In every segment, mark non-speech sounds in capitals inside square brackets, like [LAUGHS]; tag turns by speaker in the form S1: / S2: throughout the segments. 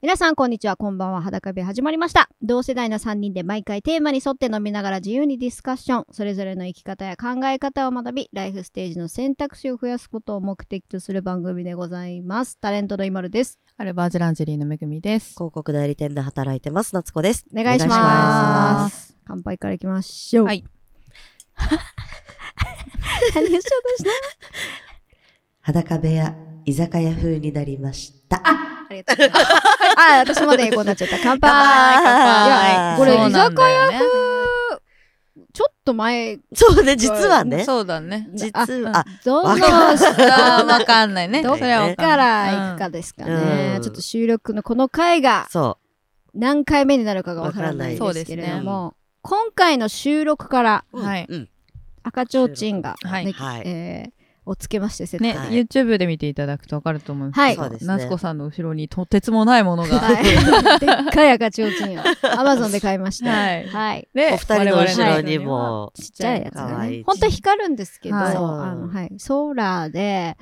S1: 皆さん、こんにちは。こんばんは。裸部始まりました。同世代の3人で毎回テーマに沿って飲みながら自由にディスカッション。それぞれの生き方や考え方を学び、ライフステージの選択肢を増やすことを目的とする番組でございます。タレントの今るです。
S2: アルバーズランジェリーのめぐみです。
S3: 広告代理店で働いてます。夏子です。
S1: お願いし
S3: お
S1: ま。
S3: 願いします
S1: 乾杯からいきましょう。
S2: はい
S1: 何をしようとした
S3: 裸部屋、居酒屋風になりました。
S1: ありがとうございます。あ、私までこうなっちゃった。乾杯
S3: 乾杯
S1: いやこれ
S2: そう
S1: 居
S2: なん
S1: 酒
S2: だよ
S1: 屋
S2: ね
S1: 風、ちょっと前、
S3: そうね、実はね。
S2: そうだね。
S3: 実は、
S1: どの
S3: わ
S1: 下
S2: あーわかんないね。
S1: どっ
S2: それはわ
S1: か
S2: んない
S1: ら行くかですかね。
S3: うん
S1: ちょっと収録のこの回が
S3: あ、そ
S1: 何回目になるかがわからない
S3: わから
S1: で
S2: ない
S1: すけれ
S2: そう
S1: ど
S2: です
S1: も、今回の収録から
S3: う。
S2: はい
S3: うん。
S1: 赤ちょうちんが、
S2: はい
S1: ね
S3: はい
S1: えーをつけまして、
S2: ね、
S3: はい
S2: YouTube で見ていただくとわかると思うんですけど、
S3: はいそうですね
S2: 夏子さんの後ろにとてつもないものが。 [LAUGHS]
S1: はい、でっかい赤ちょうちんを Amazon で買いました。
S2: はい
S1: はい。
S2: で
S3: お二人の後ろに。
S2: 我々の後
S3: も、
S1: ちっちゃいやつ
S3: かわい
S1: ね
S3: い。
S1: 本当は光るんですけど、
S2: は
S1: あ
S2: い
S1: のはい、ソーラーで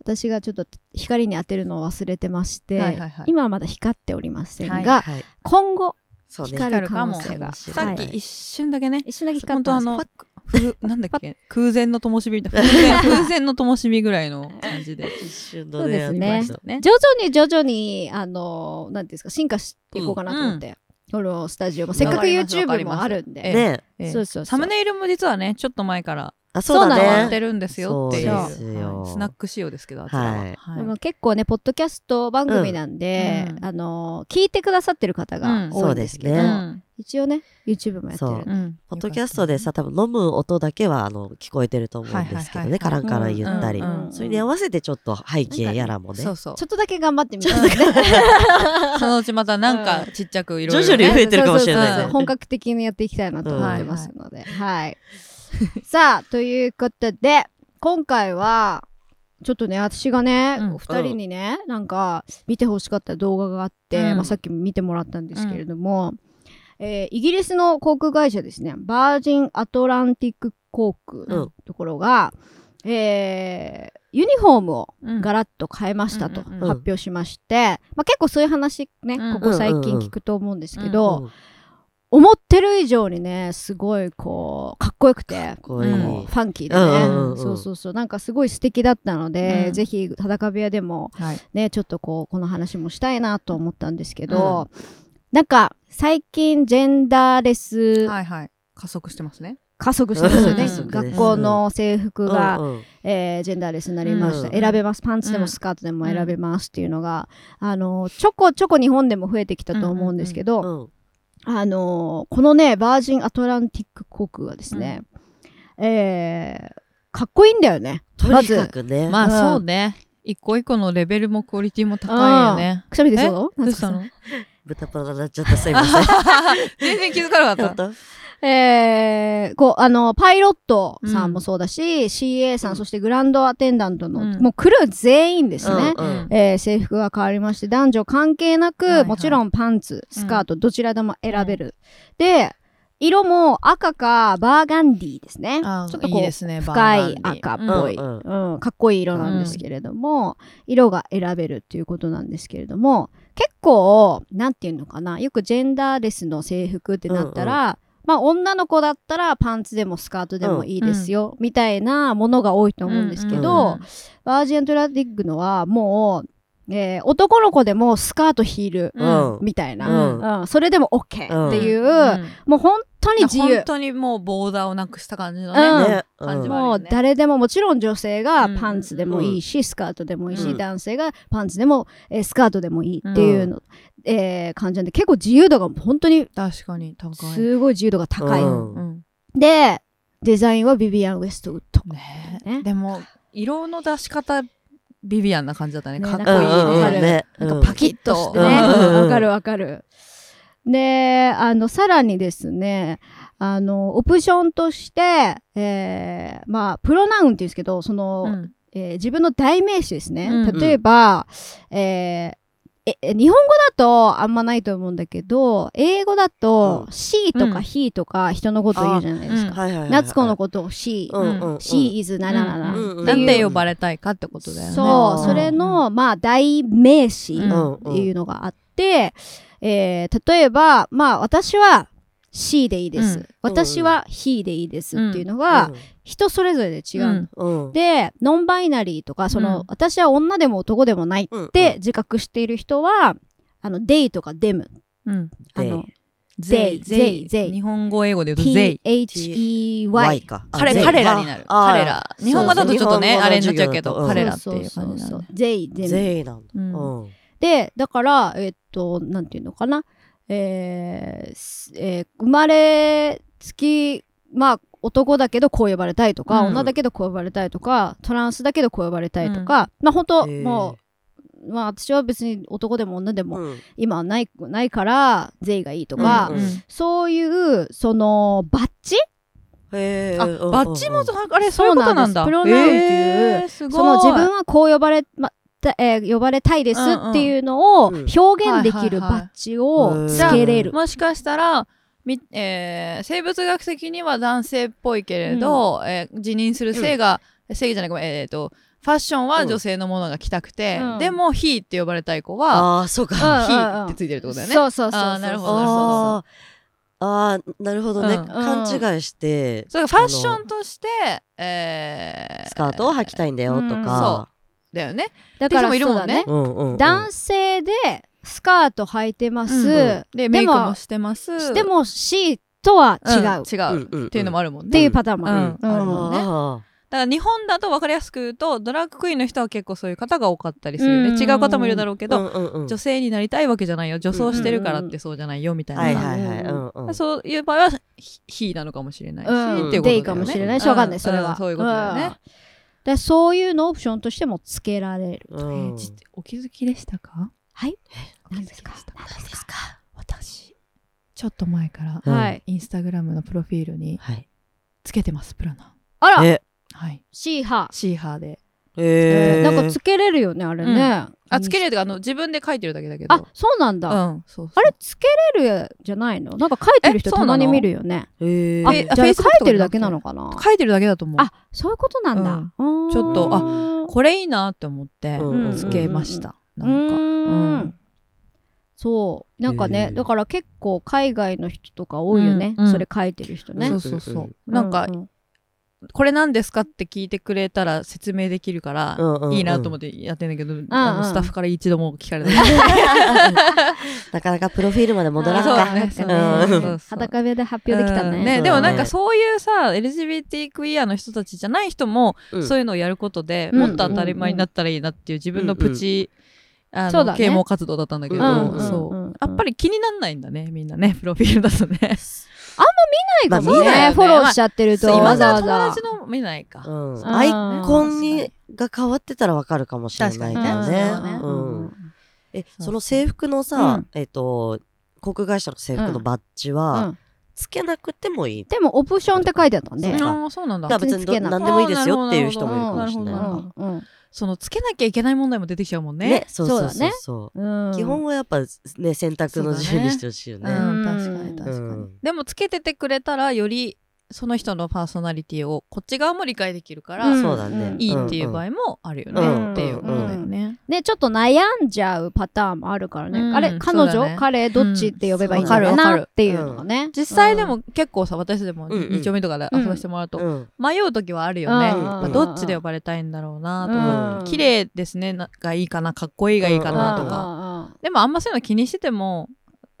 S1: 私がちょっと光に当てるのを忘れてまして、
S2: はいはいはい
S1: 今はまだ光っておりませんが、
S2: はい
S3: はい。
S1: 今後
S3: そうね。
S1: 光る可能性
S3: 光るか
S1: が。
S3: も
S2: にさっ
S1: は
S2: き
S1: い
S2: 一瞬だけね、
S1: 一瞬だけ光っ
S2: 本当
S1: た
S2: あ
S1: んです
S2: の、ふなんだっけ、空前の灯火みたいな、風前風前の灯火ぐらいの感じで。
S3: 一瞬
S1: そうですね
S3: や
S2: ま
S3: っ
S2: してた
S3: ま
S2: ね。
S1: 徐々に徐々に、あの、なんていうんですか、進化していこうかなと思って、このスタジオも、せっかく
S2: わかりますわか
S1: YouTube
S2: ります
S1: もあるん
S3: した
S2: え
S1: で、
S2: え
S3: ね
S2: ええ
S1: そうそうそう
S2: サムネイルも実はね、ちょっと前から
S3: あ、そう
S1: そうな
S3: だ
S2: や
S1: の
S2: って
S3: ね。
S2: るんですよっていう。
S1: そうです
S3: よ
S2: はいスナック仕様ですけど、あちらは。
S3: はい
S1: で
S2: は
S1: も結構ね、ポッドキャスト番組なんで、
S2: うんうん
S1: あの、聞いてくださってる方が多いんですけど、
S3: うんそうですね
S1: 一応ね、YouTube もやって
S3: そ
S1: る
S3: う。
S2: うん
S3: ポッドキャストでさ、多分飲む音だけは、あの、聞こえてると思うんですけど
S2: は
S3: ね。
S2: いは
S3: カ
S2: いは
S3: ラ
S2: い
S3: ンカラン言ったり
S2: う。ん
S3: それに合わせてちょっと背景やらもね
S2: そ。うそう
S1: ちょっとだけ頑張ってみたんですけど
S2: そのうちまたなんかちっちゃくいろいろ、ね、
S3: 徐々に増えてるかもしれないね
S1: そうそうそう本格的にやっていきたいなと思ってますので。はい。さあ、ということで、今回は、ちょっとね、私がね、
S2: うん
S1: お二人にね、なんか、見てほしかった動画があって、
S2: うん
S1: まあ、さっき見てもらったんですけれども、えーイギリスの航空会社ですね、バージン・アトランティック航空
S3: う
S1: の
S3: ん
S1: ところが、えーユニフォームを
S2: うん
S1: ガラッと変えましたと
S2: うんうん
S1: 発
S2: うんうん
S1: 表しまして、まあ、結構そういう話ね、
S2: うん
S1: ここ最近聞くと思うんですけど、
S3: うん
S1: 思ってる以上にねすごいこうかっこよくて
S3: こういう
S1: こう
S3: の
S1: ファンキーでね、
S2: うんうん
S3: うん
S1: そうそうそうなんかすごい素敵だったので、
S2: うん
S1: ぜひ裸部屋でも
S2: はい、
S1: ねちょっとこうこの話もしたいなと思ったんですけど、なんか最近ジェンダーレス
S2: はいはい加速してますね
S1: 加速してますよね、
S2: うん加速
S1: 学
S3: です
S1: 校の制服が、
S3: うんうん
S1: えージェンダーレスになりました、
S3: うん
S1: 選べますパンツで
S2: う
S1: も
S2: ん
S1: スカートでも選べますっていうのが、あのちょこちょこ日本でも増えてきたと思うんですけど、
S3: うん
S1: あのーこのね、バージンアトランティック航空はですね、えーかっこいいんだよね。
S3: とにかくね。
S2: まあ
S1: うん
S2: そうね一個一個のレベルもクオリティも高いよね
S1: くしゃみでし
S2: え
S1: ょ
S2: どうしたの
S3: 豚パラになっちゃった。すいません。
S2: 全然気づかなかっ
S3: 本
S2: た
S3: 当
S1: えーこう、あの、パイロットさんもそうだし、CA さん、そしてグランドアテンダントの、
S2: うん
S1: もうクルー全員ですね。
S3: うんうん
S1: えー制服が変わりまして男女関係なく、
S2: はいはい
S1: もちろんパンツスカート、どちらでも選べる、で色も赤かバーガンディーですね
S2: あー
S1: ちょっと
S2: い
S1: こ
S2: いうですね
S1: 深い赤っ
S2: バー
S1: ぽい、
S3: う
S1: うんんかっこいい色なんですけれども、色が選べるっていうことなんですけれども結構なんていうのかなよくジェンダーレスの制服ってなったら、まあ女の子だったらパンツでもスカートでもいいですよ、みたいなものが多いと
S2: ガンディ
S1: 思うんですけど、
S2: うんうんうん
S1: バージンアトランティックのはもう、えー男の子でもスカートヒール
S3: うん
S1: みたいな、
S3: うん
S1: うんそれでも OK っていう、
S2: うん
S1: もう本当に自由
S2: 本。当にもうボーダーをなくした感じの
S1: うん
S2: ね、
S3: ね
S2: 感じは
S1: も
S2: あ
S1: う
S2: るよね
S1: 誰でももちろん女性がパンツでもいいし、スカートでもいいし、
S3: うん
S1: 男性がパンツでも、えースカートでもいいっていうの、えー感じなんで結構自由度が本当に
S2: 確かに高い、
S1: すごい自由度が高い、
S3: うん
S2: うん
S1: でデザインはビビアン・ウェストウッド、
S2: ね
S1: ね
S2: でも色の出し方ビビアンな感じだったね
S1: ね
S2: かっこいい、
S3: う
S2: ね
S3: んうんうん
S1: わかる
S3: ね。
S2: なん
S3: うん
S2: かパキッとして
S1: ね
S2: ね、
S3: うん
S1: わかるわかるであのさらにですねあのオプションとして、えーまあプロナウンっていうんですけどその、
S2: うん
S1: えー自分の代名詞ですね。
S2: うん
S1: 例えば、えーえ、え日本語だとあんまないと思うんだけど、英語だと
S3: う
S1: she と
S2: う
S1: か
S2: ん
S1: he とか人のこと言うじゃないです
S2: あ
S1: か。
S3: はいはいはいはい。
S1: 夏子のことを she、
S3: うんうんうん。
S1: she is ならなら。
S3: うんうん
S2: なんて呼ばれたいかってことだよね。
S1: そう、
S2: ん
S1: それ、の、まあ、代名詞
S2: うん
S1: っていうのがあって、えー例えば、まあ、私は C でいいです。
S2: うん
S1: 私は He でいいですっていうのが、人それぞれで違う。
S2: うん
S3: うん、うん、
S1: で、ノンバイナリーとか、その、
S2: うん
S1: 私は女でも男でもないっ
S3: うん、
S1: て自覚している人は、あの、they とか them。
S2: うん。
S1: あの、
S2: ゼイ、ゼイ、
S1: they, they
S2: 日本語、英語で言うとゼイ。
S1: they
S3: か。あ
S2: 彼
S3: they
S2: 彼らになる。
S3: あ
S2: 彼ら。日本語だとちょっとね、
S3: そうそう
S2: あれになっちゃうけ
S3: 日
S2: ど、
S3: 本語の
S2: 彼
S3: 授
S2: らっていう感じなんだね。
S1: they, them
S3: 全員なんだ。
S2: うん
S3: うん。
S1: で、だから、えっと、なんていうのかな、えーすえー生まれつき、まあ、男だけどこう呼ばれたいとか、
S2: うん
S1: 女だけどこう呼ばれたいとか、トランスだけどこう呼ばれたいとか、まあ本当、
S3: へー
S1: もう、まあ私は別に男でも女でも
S3: うん
S1: 今はない、ないから、税がいいとか、
S3: うん
S1: そういう、その、バッジ
S3: へー
S2: あ、
S3: うんうんうん
S2: バッチも、あれ、そういうことなんだ。
S1: そうなんですプロナウンっていう
S2: えーすごい
S1: その自分はこう呼ばれ、またえー呼ばれたいですっていうのを
S3: うんうん
S1: 表現できるバッジをつけれる。
S2: もしかしたら、みえー生物学的には男性っぽいけれど、えー自認する性が、性じゃないごめんえー、とファッションは女性のものが着たくて、
S1: うん
S2: でも「ひ」って呼ばれたい子は
S3: ああ、そう
S1: う
S3: か。
S1: ん
S2: 「ひ」ってついてるってことだよね。
S1: そうそうそうそう
S2: あーなるほどなるほど
S3: あーあー、なるほどね。
S2: うん
S3: 勘違いして、
S2: それがファッションとして、えー
S3: スカートを履きたいんだよとか。
S2: だよね。
S1: だから
S2: って人もいるもんね
S1: そうだ
S3: うんうんうん
S1: 男性でスカート履いてます、
S2: うん
S3: う
S1: で
S2: で
S1: も
S2: メイクもしてます。
S1: しても C とは
S2: うん
S1: 違う、っ
S2: 違
S3: うん
S2: う、
S3: うんうん
S2: っていうのもあるもんね。
S1: ていうパターンもある、
S2: うん
S1: うん
S2: あるもんね
S3: あ
S2: だから日本だと分かりやすく言うとドラッグクイーンの人は結構そういう方が多かったりするよね、
S1: うん
S2: 違う方もいるだろうけ
S3: ー
S2: ど、
S3: うんうんうん
S2: 女性になりたいわけじゃないよ女装してるからってそうじゃないよみたいな、
S3: はいはいはい。
S1: う
S3: うんんうん。
S2: そういう場合はひ「ひ」なのかもしれないし、
S1: うん
S2: っていうことだよね
S1: でいいかもしれないしわかんない、
S2: う
S1: それは、
S2: うんそういうことだよ
S1: うん
S2: ね、
S1: でそういうのオプションとしてもつけられる
S3: う
S2: え
S3: ん
S2: ーちお気づきでしたか
S1: はい
S2: お気
S1: 何
S2: づ
S1: です
S2: きで
S1: か
S2: した
S1: 何ですか
S2: 私ちょっと前から
S3: うん
S1: はい
S2: インスタグラムのプロフィールに
S3: はい。
S2: つけてますプラナ
S1: あら
S3: え、
S2: はい
S1: 「C 派
S2: シーハーで
S3: えー
S1: なんかつけれるよねあれね、
S2: うん
S1: あ
S2: あつけれるとかあの自分で書いてるだけだけど
S1: あそうなんだ、
S2: うんそうそう
S1: あれつけれるじゃないのなんか書いてる人
S2: えそう
S1: た
S2: な
S1: まに
S2: の
S1: 見るよね
S3: え
S1: あ
S3: ー
S1: じ
S2: え
S1: ゃあ書
S2: Facebook
S1: い
S2: とかじゃなくて
S1: てるだけなのかな
S2: 書いてるだけだと思う
S1: あそういうことなんだ、うーん
S2: ちょっとあこれいいなって思って
S3: うん
S1: うん
S2: つけました、
S1: う
S2: なんか、
S1: ー
S2: うん
S1: んそうなんかね、
S3: へー
S1: だから結構海外の人とか多いよね、
S2: うんうん
S1: それ書いてる人ね
S2: そうそうそう、
S3: うん
S2: なんか、
S1: う
S2: これなんですかって聞いてくれたら説明できるから、
S3: うんうんうん
S2: いいなと思ってやってんだけど、あの
S1: うん
S2: スタッフから一度も聞かれない、
S3: [LAUGHS] なかなかプロフィールまで戻らん
S2: そう
S3: か。
S2: だね
S1: そう
S3: だね
S1: そう
S2: うん
S1: そう裸部屋で発表できた
S2: うん
S1: ね
S2: ね
S3: そうだね
S2: でもなんかそういうさ LGBT クイアの人たちじゃない人も、
S3: うん
S2: そういうのをやることで、
S1: うん
S2: もっと当たり前になったらいいなっていう自分のプチ、あ
S1: そ
S2: の
S1: うだね
S2: 啓蒙活動だったんだけど、
S3: うんうん
S2: そう、
S1: うんうん
S2: やっぱり気になんないんだねみんなねプロフィールだとね
S1: 見ないか
S3: ま
S1: も
S3: あ見
S1: ね,、
S2: ないよね
S1: フォローしちゃってると
S2: そう
S1: わ
S2: 今
S1: ざ
S2: 更
S1: わ
S2: 友
S1: ざ
S2: 達の見ないか、
S3: うん
S1: ん
S3: アイコンにが変わってたらわかるかもしれないけど
S2: 確
S3: ね
S2: かにね。
S3: う
S1: うん
S3: んえ、
S2: う
S3: その制服のさ
S1: うん、
S3: えっと、航空会社の制服のバッジ
S1: う
S3: は、
S1: ん
S3: つけなくてもいい。
S1: でもオプションって書いてあったんで、
S3: そう
S1: う
S3: か
S2: ああそうなんだ
S3: だから別にど
S1: 別につけなく
S3: 何でもいいですよっていう人もいるかもしれ
S2: なるほどなるほどなるほ
S3: な
S2: ど
S1: んうん
S2: そのつけなきゃいけない問題も出てきちゃうもん
S3: い。
S2: ね。
S3: ね、そうそう
S1: そう
S3: そ
S1: だ
S3: う
S1: ね
S3: そう。
S1: うん
S3: 基本はやっぱね選択の自由にしてほしいよ
S2: う
S1: そだ
S3: ね。
S1: ね
S2: ん、
S1: うん
S2: 確かに確かに、
S3: うん
S2: でもつけててくれたらよりその人のパーソナリティをこっち側も理解できるから、
S1: うん
S3: そうだね。
S2: いいっていう場
S3: 合。
S2: 合もあるよね、
S3: うん
S2: っていうことだよね。
S1: ねちょっと悩んじゃうパターンもあるからね、
S2: うん
S1: あれ彼女、
S2: そうだね
S1: 彼どっちって呼べばいいの
S3: うん
S1: か
S2: わかるわ
S1: な
S2: かる
S1: っていうのがね、
S2: 実際でも結構さ私でも
S3: うんうん
S2: 2丁目とかで遊ばせてもらうと
S3: うん
S2: 迷う時はあるよね、
S1: うん
S2: やっぱどっちで呼ばれたいんだろうなとか、
S3: ん
S2: 綺麗ですねながいいかなかっこいいがいいかなとか、
S1: か
S2: でもあんまそういうの気にしてても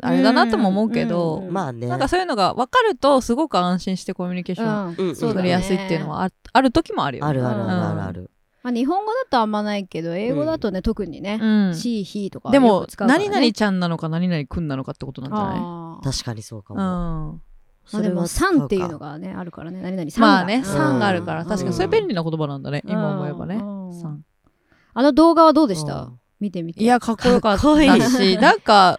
S2: あれだなとも思うけど、
S1: うん
S3: まあね。
S2: なんかそういうのが分かるとすごく安心してコミュニケーション
S3: うんうん
S1: そうだね
S2: 取りやすいっていうのはあ,、ある時もあるよ
S3: あ
S2: ね。
S3: るあるあるあるある。
S1: まあ、日本語だとあんまないけど英語だとね、特にね「
S2: うん、
S1: she he」とか
S2: で
S1: よ
S2: も、
S1: く使うからね
S2: 何々ちゃんなのか何々くんなのかってことなんじゃない
S1: あー
S3: 確かにそうかも。
S2: うん、
S1: まあでも「
S3: それは
S1: さ
S3: 使うか
S1: ん」っていうのがねあるからね何々さんが
S2: まあね「さ
S3: 三
S2: ん」があるから
S1: うん
S2: 確かにそれ便利な言葉なんだね、
S1: うん
S2: 今思えばね
S1: うん
S2: さん
S1: あの動画はどうでし
S3: う
S1: た
S3: ん
S1: 見てみて
S2: いやかっこよかっ
S3: かっこい
S2: た
S3: い
S2: しなんか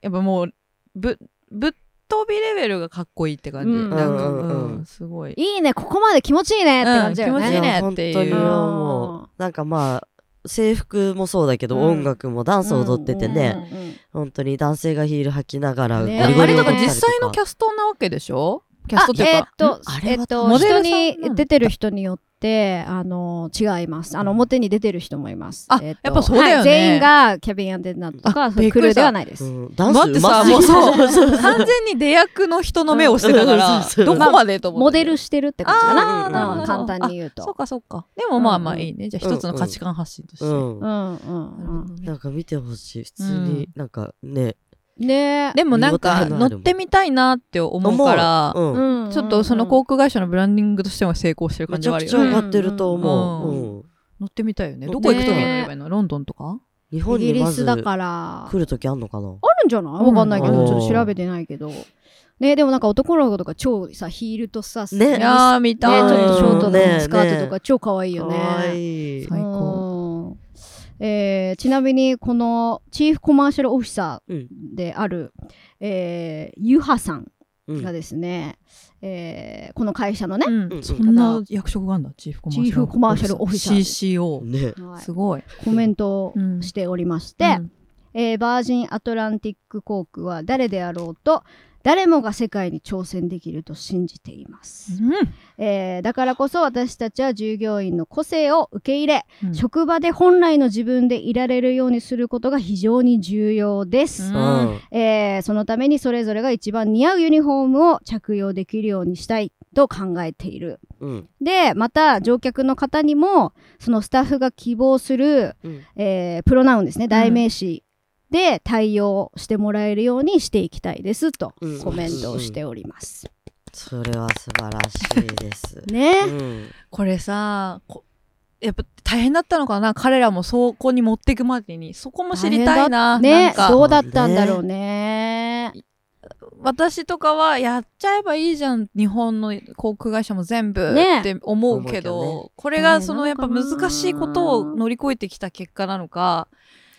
S2: やっぱもうぶぶっ飛びレベルがかっこいいって感
S1: う
S2: じ、
S1: ん
S2: なんか、
S3: うん
S2: う
S3: うんんうん
S2: すごい
S1: いいねここまで気持ちいいねって感じだよ
S2: うん気
S1: ね
S2: 持ちいいね
S3: や
S2: っていう
S3: 本当に
S1: うん
S3: もうなんかまあ制服もそうだけど、
S1: うん
S3: 音楽もダンス踊っててね、
S1: うんうんうん
S3: 本当に男性がヒール履きながらゴリ
S1: ね
S3: ゴリ
S2: あれ
S3: 踊
S2: な
S3: っ
S2: ん
S3: た
S2: か
S3: りとか
S2: 実際のキャストなわけでしょキャストっていうか、
S1: あえ
S3: んあれ
S1: っと、えっ
S3: は
S1: と、
S2: モデルさ
S1: 人
S2: んな
S1: に
S2: ん
S1: 出てる人によって、あの、違います。あの、表に出てる人もいます。
S2: あ
S1: えっと
S2: やっぱそうだよね
S1: はい全員がキャビンアンデナーとか、
S2: あ
S1: そう
S2: びっ
S1: ク
S2: く
S1: ルー
S2: りした
S1: ではないです。
S3: うんダン
S2: 待
S3: ス
S2: って
S3: う
S2: さ
S3: ますぎ
S2: もうそう
S3: そうそうそう
S2: 完全に出役の人の目をしてたか
S3: うん
S2: ら
S3: そうそうそう
S2: どこまでと思
S1: モ
S2: って
S1: デルしてるって感じか
S3: あー
S1: な。
S3: な
S1: うん
S2: ど
S3: るほ
S1: 簡単に言う
S2: そ
S1: と
S2: う。かそうかでもまあ
S1: うん
S2: まあいいねじゃあ一つの価値観発信として、
S3: う
S1: うん
S3: ん
S1: う
S2: なる
S1: ん
S2: ほ
S1: う
S2: どね
S3: なんか見てほしい普通に、なんかね
S1: ん。ね
S2: でもなんか
S3: 見応えのあ
S2: 乗
S3: る
S2: ってみたいなって思うから
S3: 思ううん
S1: うん
S2: ちょっとその航空会社のブランディングとしても成功してる
S3: め
S2: 感
S3: ち
S2: じは
S3: ゃ
S2: あ
S3: く
S2: る
S3: ちゃ
S2: よ
S3: 上
S2: ね
S3: がってると思う、
S2: うん
S3: うん
S2: 乗ってみたいよね
S3: ね
S2: どこ行くとか乗ればいいのロンドンとか
S3: 日
S1: うん
S3: 本
S1: イギ
S3: に
S1: リ
S3: ま
S1: ス
S3: ず
S1: だ
S3: 来
S1: から。
S3: るときあんのか
S1: あ
S3: な
S1: るんじゃないわかんないけ
S3: う
S1: ど、
S3: ん
S1: ちょっと調べてないけど。ね、でもなんか男の子とか超さ、ヒールとさ、
S3: ね
S1: ね
S2: いやー見
S1: ね、
S2: たい、
S1: ちょっとショート
S3: ね
S1: のスカートとか超可愛いよね。
S3: かわいい
S2: 最高
S1: うん。えーちなみにこのチーフコマーシャルオフィサ
S3: うん
S1: ーである、えーユハさん
S3: うん
S1: がですね、えーこの会社のね、
S2: うん
S3: うん
S2: そんな役職があるんだチーフコマーシャル
S1: チーフコマーシャルオフィサー
S2: CCO、
S3: ね
S1: はい
S2: すごい
S1: コメントを
S2: うん
S1: しておりまして、えーバージンアトランティック航空は誰であろうと誰もが世界に挑戦できると信じています、えーだからこそ私たちは従業員の個性を受け入れ、
S2: うん
S1: 職場で本来の自分でいられるようにすることが非常に重要です、
S2: うん
S3: うん
S1: えーそのためにそれぞれが一番似合うユニフォームを着用できるようにしたいと考えている。
S3: うん
S1: で、また乗客の方にも、そのスタッフが希望する、
S3: うん
S1: えープロナウンですね、代名詞で対応してもらえるようにしていきたいですと
S3: うん
S1: コメントをしております。
S3: それは素晴らしいです、う
S1: ね。
S3: ん
S2: これさこやっぱ大変だったのかな彼らもそこに持っていくまでにそこも知りたいな,、な
S1: ね
S2: ん、か
S1: そうだったんだろうね。
S2: 私とかはやっちゃえばいいじゃん日本の航空会社も全部
S1: ね
S2: って思うけど,、
S3: 思うけど
S2: これが
S1: ね
S2: そのやっぱ
S1: なのかな
S2: 難しいことを乗り越えてきた結果なのか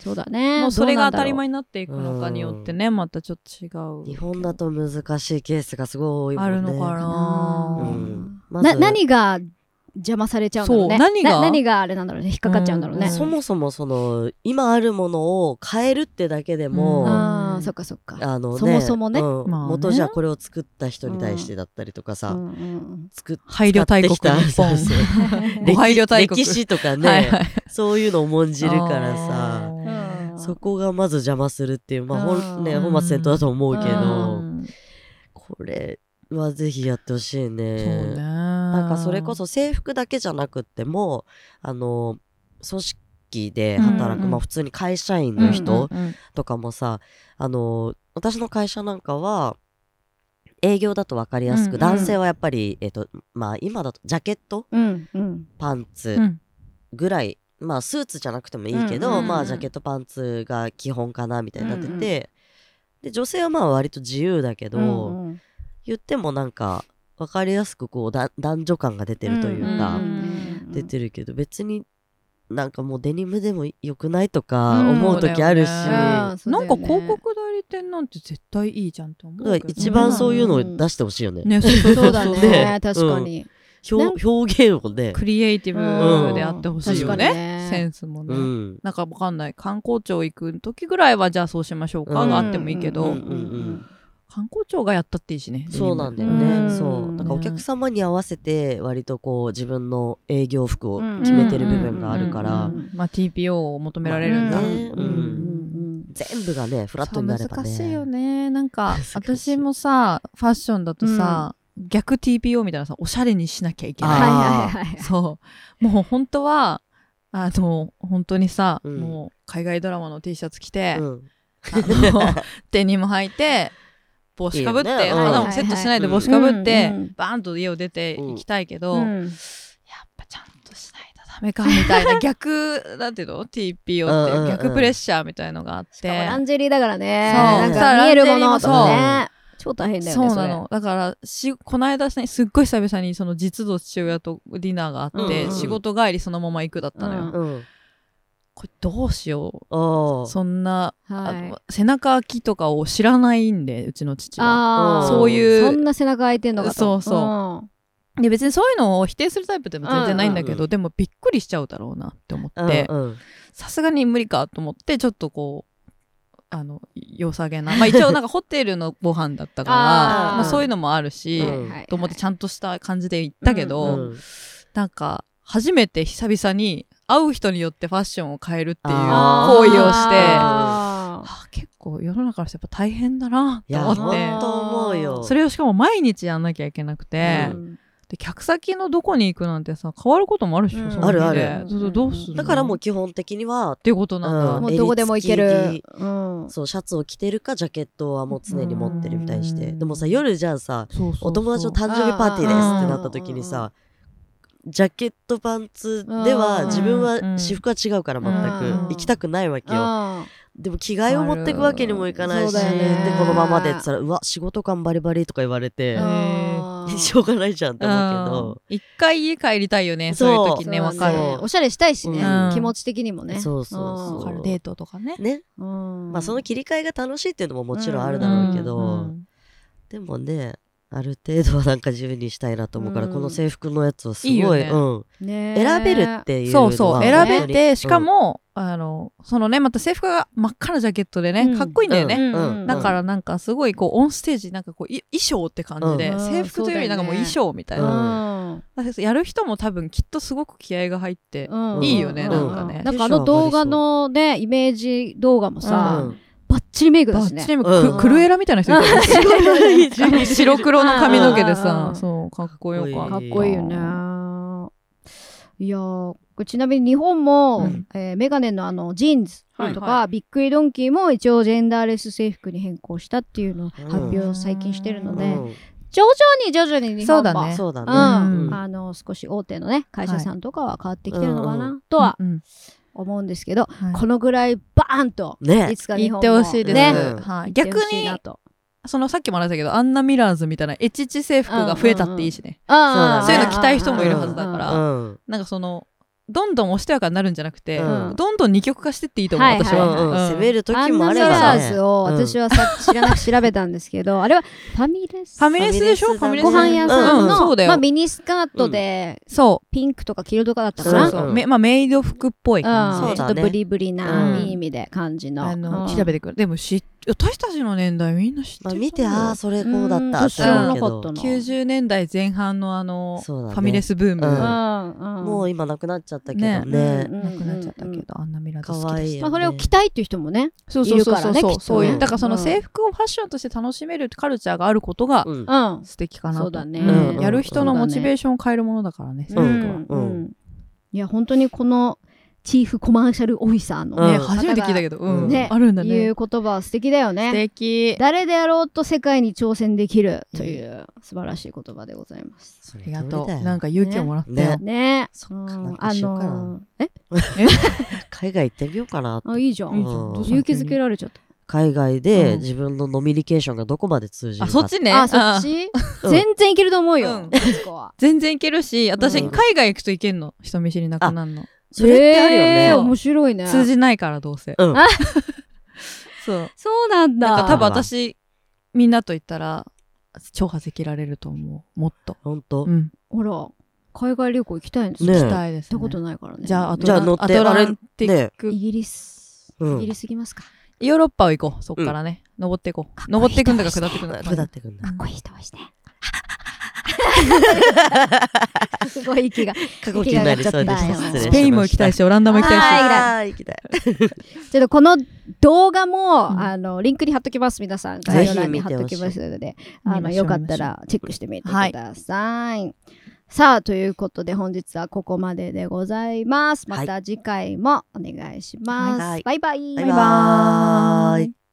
S1: そうだね。
S2: もうそれが当たり
S1: に
S2: 前になっていくのかによってねまたちょっと違う
S3: 日本だと難しいケースがすごい多
S2: あ
S3: いも
S2: る
S3: んね
S2: のかな
S1: な
S3: うんまず
S1: な何が邪魔されちゃうんだろうね
S2: そう何が
S1: な何があれなんだろうね引っかかっちゃうんだろうね、
S2: うん
S3: そもそもその今あるものを変えるってだけでも、
S2: うん
S1: ああそっかそっか
S3: あのね
S1: そもそもね
S3: うん
S2: まあね
S3: 元じゃこれを作った人に対してだったりとかさ、
S1: うんうん
S3: 作っ
S2: 配慮大国
S3: 使ってき
S2: 日
S3: た
S2: 本
S3: そうそ
S2: [LAUGHS]
S3: う
S2: ご配慮大国
S3: 歴史とか
S2: [LAUGHS]
S3: ね、
S2: はいはい
S3: そういうのを重んじるから
S2: あ
S3: さ
S1: [LAUGHS]
S2: ー
S1: うん
S3: そこがまず邪魔するっていうまあ
S1: う
S3: 本
S1: ん
S3: ね本末転倒だと思うけ
S1: う
S3: どこれはぜひやってほしいね
S2: そうね
S3: な
S2: なん
S3: かそれこそ制服だけじゃなくってもあの組織で
S2: う
S3: 働
S2: ん
S3: く、
S2: うん
S3: まあ普通に会社員の人、
S2: うんうん
S3: とかもさあの私の会社なんかは営業だと分かりやす
S2: う
S3: く、
S2: んうん
S3: 男性はやっぱり、えっとまあ、今だとジャケット
S1: うんうん
S3: パンツ
S2: うんうん
S3: ぐらい、まあスーツじゃなくてもいいけど、
S2: うんうんうん
S3: まあ、ジャケットパンツが基本かなみたいになってて、で女性はまあ割と自由だけど、
S1: うんうん
S3: 言ってもなんか分かりやすくこうだ男女感が出てるというか、
S2: うんうん
S3: 出てるけど別になんかもうデニムでもよくないとか思う時あるし。
S2: うん
S1: あーそうだ
S2: な
S1: よ
S2: ん
S1: ね
S2: か広告代理店なんて絶対いいじゃんって思う
S3: だから
S2: けど
S3: 一番そういうのを出してほしいよね。
S2: ねそうそ
S1: そ
S2: うそうう
S1: だ
S2: [LAUGHS] そう
S1: ね
S3: ね
S1: 確かになん
S3: 表表現をね。
S2: クリエイティブであってほしいよ
S1: うん
S2: ね,、
S1: 確かにね
S2: センスも
S3: う
S2: ね、
S3: ん。
S2: なんかわかんない観光庁行く時ぐらいはじゃあそうしましょうか、
S3: うん
S2: があってもいいけど、
S3: うんうんうん
S2: 観光庁がやったっていいしね
S3: そうなんだよ
S1: う
S3: ね。
S1: ん
S3: そう。なんかお客様に合わせて割とこう自分の営業服を
S1: うん
S3: 決めてる部分があるか
S1: う
S3: ら
S1: んうん、
S2: まあ TPO を求められるんだ、
S1: まあ
S3: ねうん
S1: うん
S3: 全部がねフラットになれ
S2: そ
S3: ばね。
S2: う難しいよねなんか
S3: 難しい
S2: 私もさファッションだとさ、逆 TPO みたいなさおしゃれにしなきゃいけ
S1: は
S2: ないい
S1: はいはい
S2: そうもう本当はあの本当にさ、
S3: うん
S2: もう海外ドラマの T シャツ着て、
S3: うん。
S2: あ
S3: [LAUGHS]
S2: のデニム履いて帽子かぶって
S3: いいよねうん
S2: 肌もセットしないで帽子かぶって、
S1: うんうん
S2: バーンと家を出て行きたいけ
S1: う
S2: ど、やっ
S1: ん
S2: ぱちゃんとしないとダメかみたいな逆なんていうの TPO って
S3: うんうんう
S2: い
S3: ん
S2: う逆プレッシャーみたいのがあって。
S1: しかもランジェリーだからね
S2: そう
S1: なんか見えるものとかね超大変だよ
S2: そ
S1: ね
S2: うなのだからしこの間ねすっごい久々にその実の父親とディナーがあって、
S3: うんうん
S2: 仕事帰りそのまま行くだったのよ、
S1: うん
S3: うん。
S2: これどうしよ
S3: あ
S2: う
S3: あ。
S2: そんな、
S1: それ
S2: あ
S1: はい
S2: 背中空きとかを知らないんでうちの父は
S1: あー
S2: そうい
S1: そ
S2: う
S1: んな背中空いてんのかと
S2: そうそうで別にそういうのを否定するタイプでも全然ないんだけど、
S3: うんうんうん
S2: でもびっくりしちゃうだろうなって思
S3: う
S2: っ
S3: ん
S2: て
S3: うん
S2: さすがに無理かと思ってちょっとこうあの良さげな
S3: [LAUGHS]
S2: まあ一応なんかホテルのご飯だったから
S1: あー
S2: まあ、そういうのもあるし、
S3: うん
S2: と思ってち
S1: ゃん
S2: ゃんとした感じで行ったけど、
S1: うん
S3: うん
S2: なんか初めて久々に会う人によってファッションを変えるっていう行
S3: あ
S1: ー
S2: 為をして
S3: あ
S1: あー
S2: あー結構世の中の人やっぱ大変だないと
S3: や
S2: 思っ
S3: 本
S2: て
S3: 当思うよ
S2: それをしかも毎日やんなきゃいけなくて、
S3: うん
S2: で客先のどこに行くなんてさ変わることもあるでしょ、
S1: うん
S2: その日で
S3: あるあ
S1: る
S2: そうそうどうするの
S3: だからもう基本的には
S2: っていうことなんだ、
S1: もうどこでも行ける
S3: 襟付き。
S1: うん
S3: そうシャツを着てるかジャケットはもう常に持ってるみたいにして、
S2: うん
S3: でもさ夜じゃあさ
S2: そうそうそう
S3: お友達の誕生日パーティーですってなった時に
S1: うんうん
S3: さジャケットパンツでは
S1: うん
S3: 自分は
S2: うん
S3: 私服は違うから全
S1: うん
S3: く行きたくないわけよ
S1: あ
S3: でも着替えを持ってくわけにもいかないし
S1: わ
S3: で
S1: かる
S2: そうだよね
S3: このままでって言ったらうわ仕事感バリバリとか言われて
S2: ん
S1: ーあー
S3: しょうがないじゃんって思うけど
S2: うん一回家帰りたいよねそういう時ね
S1: そう
S2: わ
S1: だ
S2: かる
S3: そう
S1: おしゃれしたいしね、
S2: うん
S1: 気持ち的にもね
S3: そうそうそう
S2: わ
S1: ん
S2: かるデートとかね
S3: ね
S1: うん
S3: まあその切り替えが楽しいっていうのももちろんあるだろうけど、
S2: うん
S3: でもねある程度はなんか自由にしたいなと思うから、
S1: うん
S3: この制服のやつはす
S2: いい
S3: ご
S2: よ
S3: い
S2: ね
S3: うん、
S1: ねえ
S3: 選べるっていうの
S2: そ
S3: は
S2: うそう
S1: ね
S2: 選べてしか、も、あのそのねまた制服が真っ赤なジャケットでね、
S1: うん
S2: かっこいいんだよね、
S1: うん
S2: だからなんかすごいこうオンステージなんかこうい衣装って感じで、
S1: うん
S2: 制服というよりなんかもう衣装みたい
S3: うん
S2: な、
S1: うん
S2: やる人も多分きっとすごく気合が入って、
S1: うん
S2: いいよね
S1: う
S2: なんかね
S1: なんかあの動画のねイメージ動画もさ、
S3: うん
S1: バッチリメイク
S2: バ
S1: だし
S2: ッ
S1: ね
S2: チリも
S3: うん
S2: ククルエラみたいな人いたよ白黒の髪の毛で
S1: う
S2: さ
S1: ん
S2: そうかっこよく
S1: かっこいいよねいやーこれちなみに日本も、
S2: うん
S1: えーメガネのあのジーンズ
S2: はい
S1: とか、
S2: は
S1: ビックイドンキーも一応ジェンダーレス制服に変更したっていうのを
S3: うん
S1: 発表を最近してるので、
S3: うん
S1: 徐々に徐々に日
S2: そう
S1: 本
S2: だ
S1: も、
S2: ね
S3: そうだ
S1: う
S3: ね、
S1: ん
S3: うん
S1: あの少し大手のね会社さんとかは変わってきてるのか
S3: うん
S1: なとは
S2: うんうん
S1: 思うんですけど、
S2: はい
S1: このぐらいバーンと
S3: ね
S1: いつか日
S2: 言
S1: 本も
S2: ってほしいです、
S1: ね
S3: うん
S1: 行っ
S2: はい、
S1: て
S2: 逆
S1: ほしい
S2: に
S1: なと
S2: そのさっきも話したけどアンナ・ミラーズみたいなエチチ制服が増えたっていいしね、
S1: あー
S3: そうだね
S2: そういうの着たい人もいるはずだか
S1: う
S2: ら、
S1: ん
S3: うん
S2: なんかそのどんどんおしとやかになるんじゃなくて、
S3: うん
S2: どんどん二極化してっていいと思う、
S1: はいはい
S2: 私
S1: う
S2: は、
S1: ん
S2: うん
S3: 攻める時
S1: アン
S3: も
S1: ナ・
S3: あ
S1: ミ
S3: れ
S1: ラ
S3: ば
S1: ーズを私はさ、知らなく調べたんですけど、あれはファミレス
S2: ファミレスでしょ
S3: フ
S2: フ
S3: ァ
S2: ァミ
S3: ミレ
S2: レ
S3: ス
S2: ス
S1: ご飯屋さん
S2: うん
S1: の、
S2: そうだよ
S1: まあ、ミニスカートで、
S2: そ
S1: ピンクとか黄色とかだった
S2: う
S1: か
S2: そ
S1: な
S2: うそう、
S3: うん
S2: めまあ、メイド服っぽい
S1: うん
S2: 感じ、
S3: そう
S1: ちょ
S3: だ
S1: っ
S3: ね
S1: とブリブリな、
S2: うん
S1: いい意味で感じの。
S2: あの
S1: うん
S2: 調べてくるでも知っ私たちの年代みんな知ってる
S3: まあ
S2: と思う
S3: 見てああそれこうだっ
S1: う
S3: た
S1: ん
S3: って思うけ
S1: 知らなか
S3: ど
S1: った
S2: 90年代前半のあの、
S3: そうだね
S2: ファミレスブーム、
S3: うん
S2: な
S1: うんうん
S3: もう今なくなっちゃったけどね
S2: ね
S1: うんうん
S2: くなっちゃったけど、あんなミラーズ好
S3: 可
S2: きで
S3: 愛
S2: し
S3: い
S2: た
S1: まあ、そ
S3: よね
S1: れを着たいっていう人もね。
S2: そう
S1: そうそうそうそう
S2: そうそう
S3: きっと
S2: い
S3: ね
S2: うだからその
S1: うん
S2: 制服をファッションとして楽しめる彼女があることが
S3: うん
S1: うん。
S2: 素敵かなと、
S1: そうだね
S2: んやる人の
S1: そうだね
S2: モチベーションを変えるものだからね、
S1: う
S2: 制服は
S1: ん
S3: う
S1: うんん。いや、本当にこの、チーフコマーシャルオフィサー
S3: うん
S1: の
S2: ね初めて聞いたけど、うん
S1: ね
S2: あるんだ
S1: い
S2: ね
S1: う言葉は素敵だよ
S2: 素
S1: ね。
S2: 敵
S1: 誰であろうと世界に挑戦できるという素晴らしい言葉でございます。
S3: そ
S2: あ
S3: れ
S2: りがと
S3: どれ
S2: う
S3: だよ
S2: なんか勇気をもらったよ、
S3: ね
S1: ねえ。
S3: そっか
S1: うん
S3: なんか
S1: あ
S3: しようかな
S1: のーえ
S3: 海外行ってみようかな
S1: あ、いいじゃ
S2: い
S1: ん
S2: い。じゃん
S3: うん
S1: 勇気づけられちゃった。
S3: 海外で
S2: うん
S3: 自分のノミニケーションがどこまで通じるか
S2: あそっちね
S1: あ、そっち
S3: う
S1: [LAUGHS]
S3: ん
S1: 全然いけると思う
S2: う
S1: よ
S2: ん。
S1: そこ
S2: [LAUGHS]
S1: は。
S2: 全然いけるし私、
S3: うん
S2: 海外行くといけんの人見知りなくなるの、
S3: それってあるよね
S1: えー面白いね。
S2: 通じないからどうせ、
S3: う
S2: [LAUGHS]
S3: ん
S1: あ
S2: そう
S1: そうなんだ。
S2: なんか多分
S3: あー
S2: 私みんなと言ったら超破せられると思うもっと、
S3: ほんと
S2: うん、
S1: ほら、海外旅行行きたいんですよ。
S3: ね
S1: 行
S2: 行きたいです、
S1: っ
S2: ね、
S1: たことないからね。
S2: じゃあアト
S3: じゃあ
S2: ラ
S3: 乗って
S2: アトランティック、
S1: イギリス。
S3: うん
S1: イギリス行きますか。か
S2: ヨーロッパを行こうそっからね、登っていこう
S1: かっこいい
S2: 登っていくんだか下っていくんだか
S3: 下ってくんだ
S1: っこいい人はして。すごい息が。
S3: 過去気になりそうでした
S1: 息が上がっちゃった
S3: 失礼しまし
S2: ス
S3: た
S2: ペインも行きたいしオランダも行きたいし
S3: あー行きたい
S1: ちょっとこの動画も、
S2: うん
S1: あのリンクに貼っときます皆さん
S3: ぜひ
S1: 概要欄に貼っときますので
S2: 見てほしい
S1: あの
S2: 見ましょう
S1: よかったらチェックしてみてください、さあということで本日はここまででございますまた次回もお願いします、
S3: はい
S1: バイバイ
S3: バイバーイ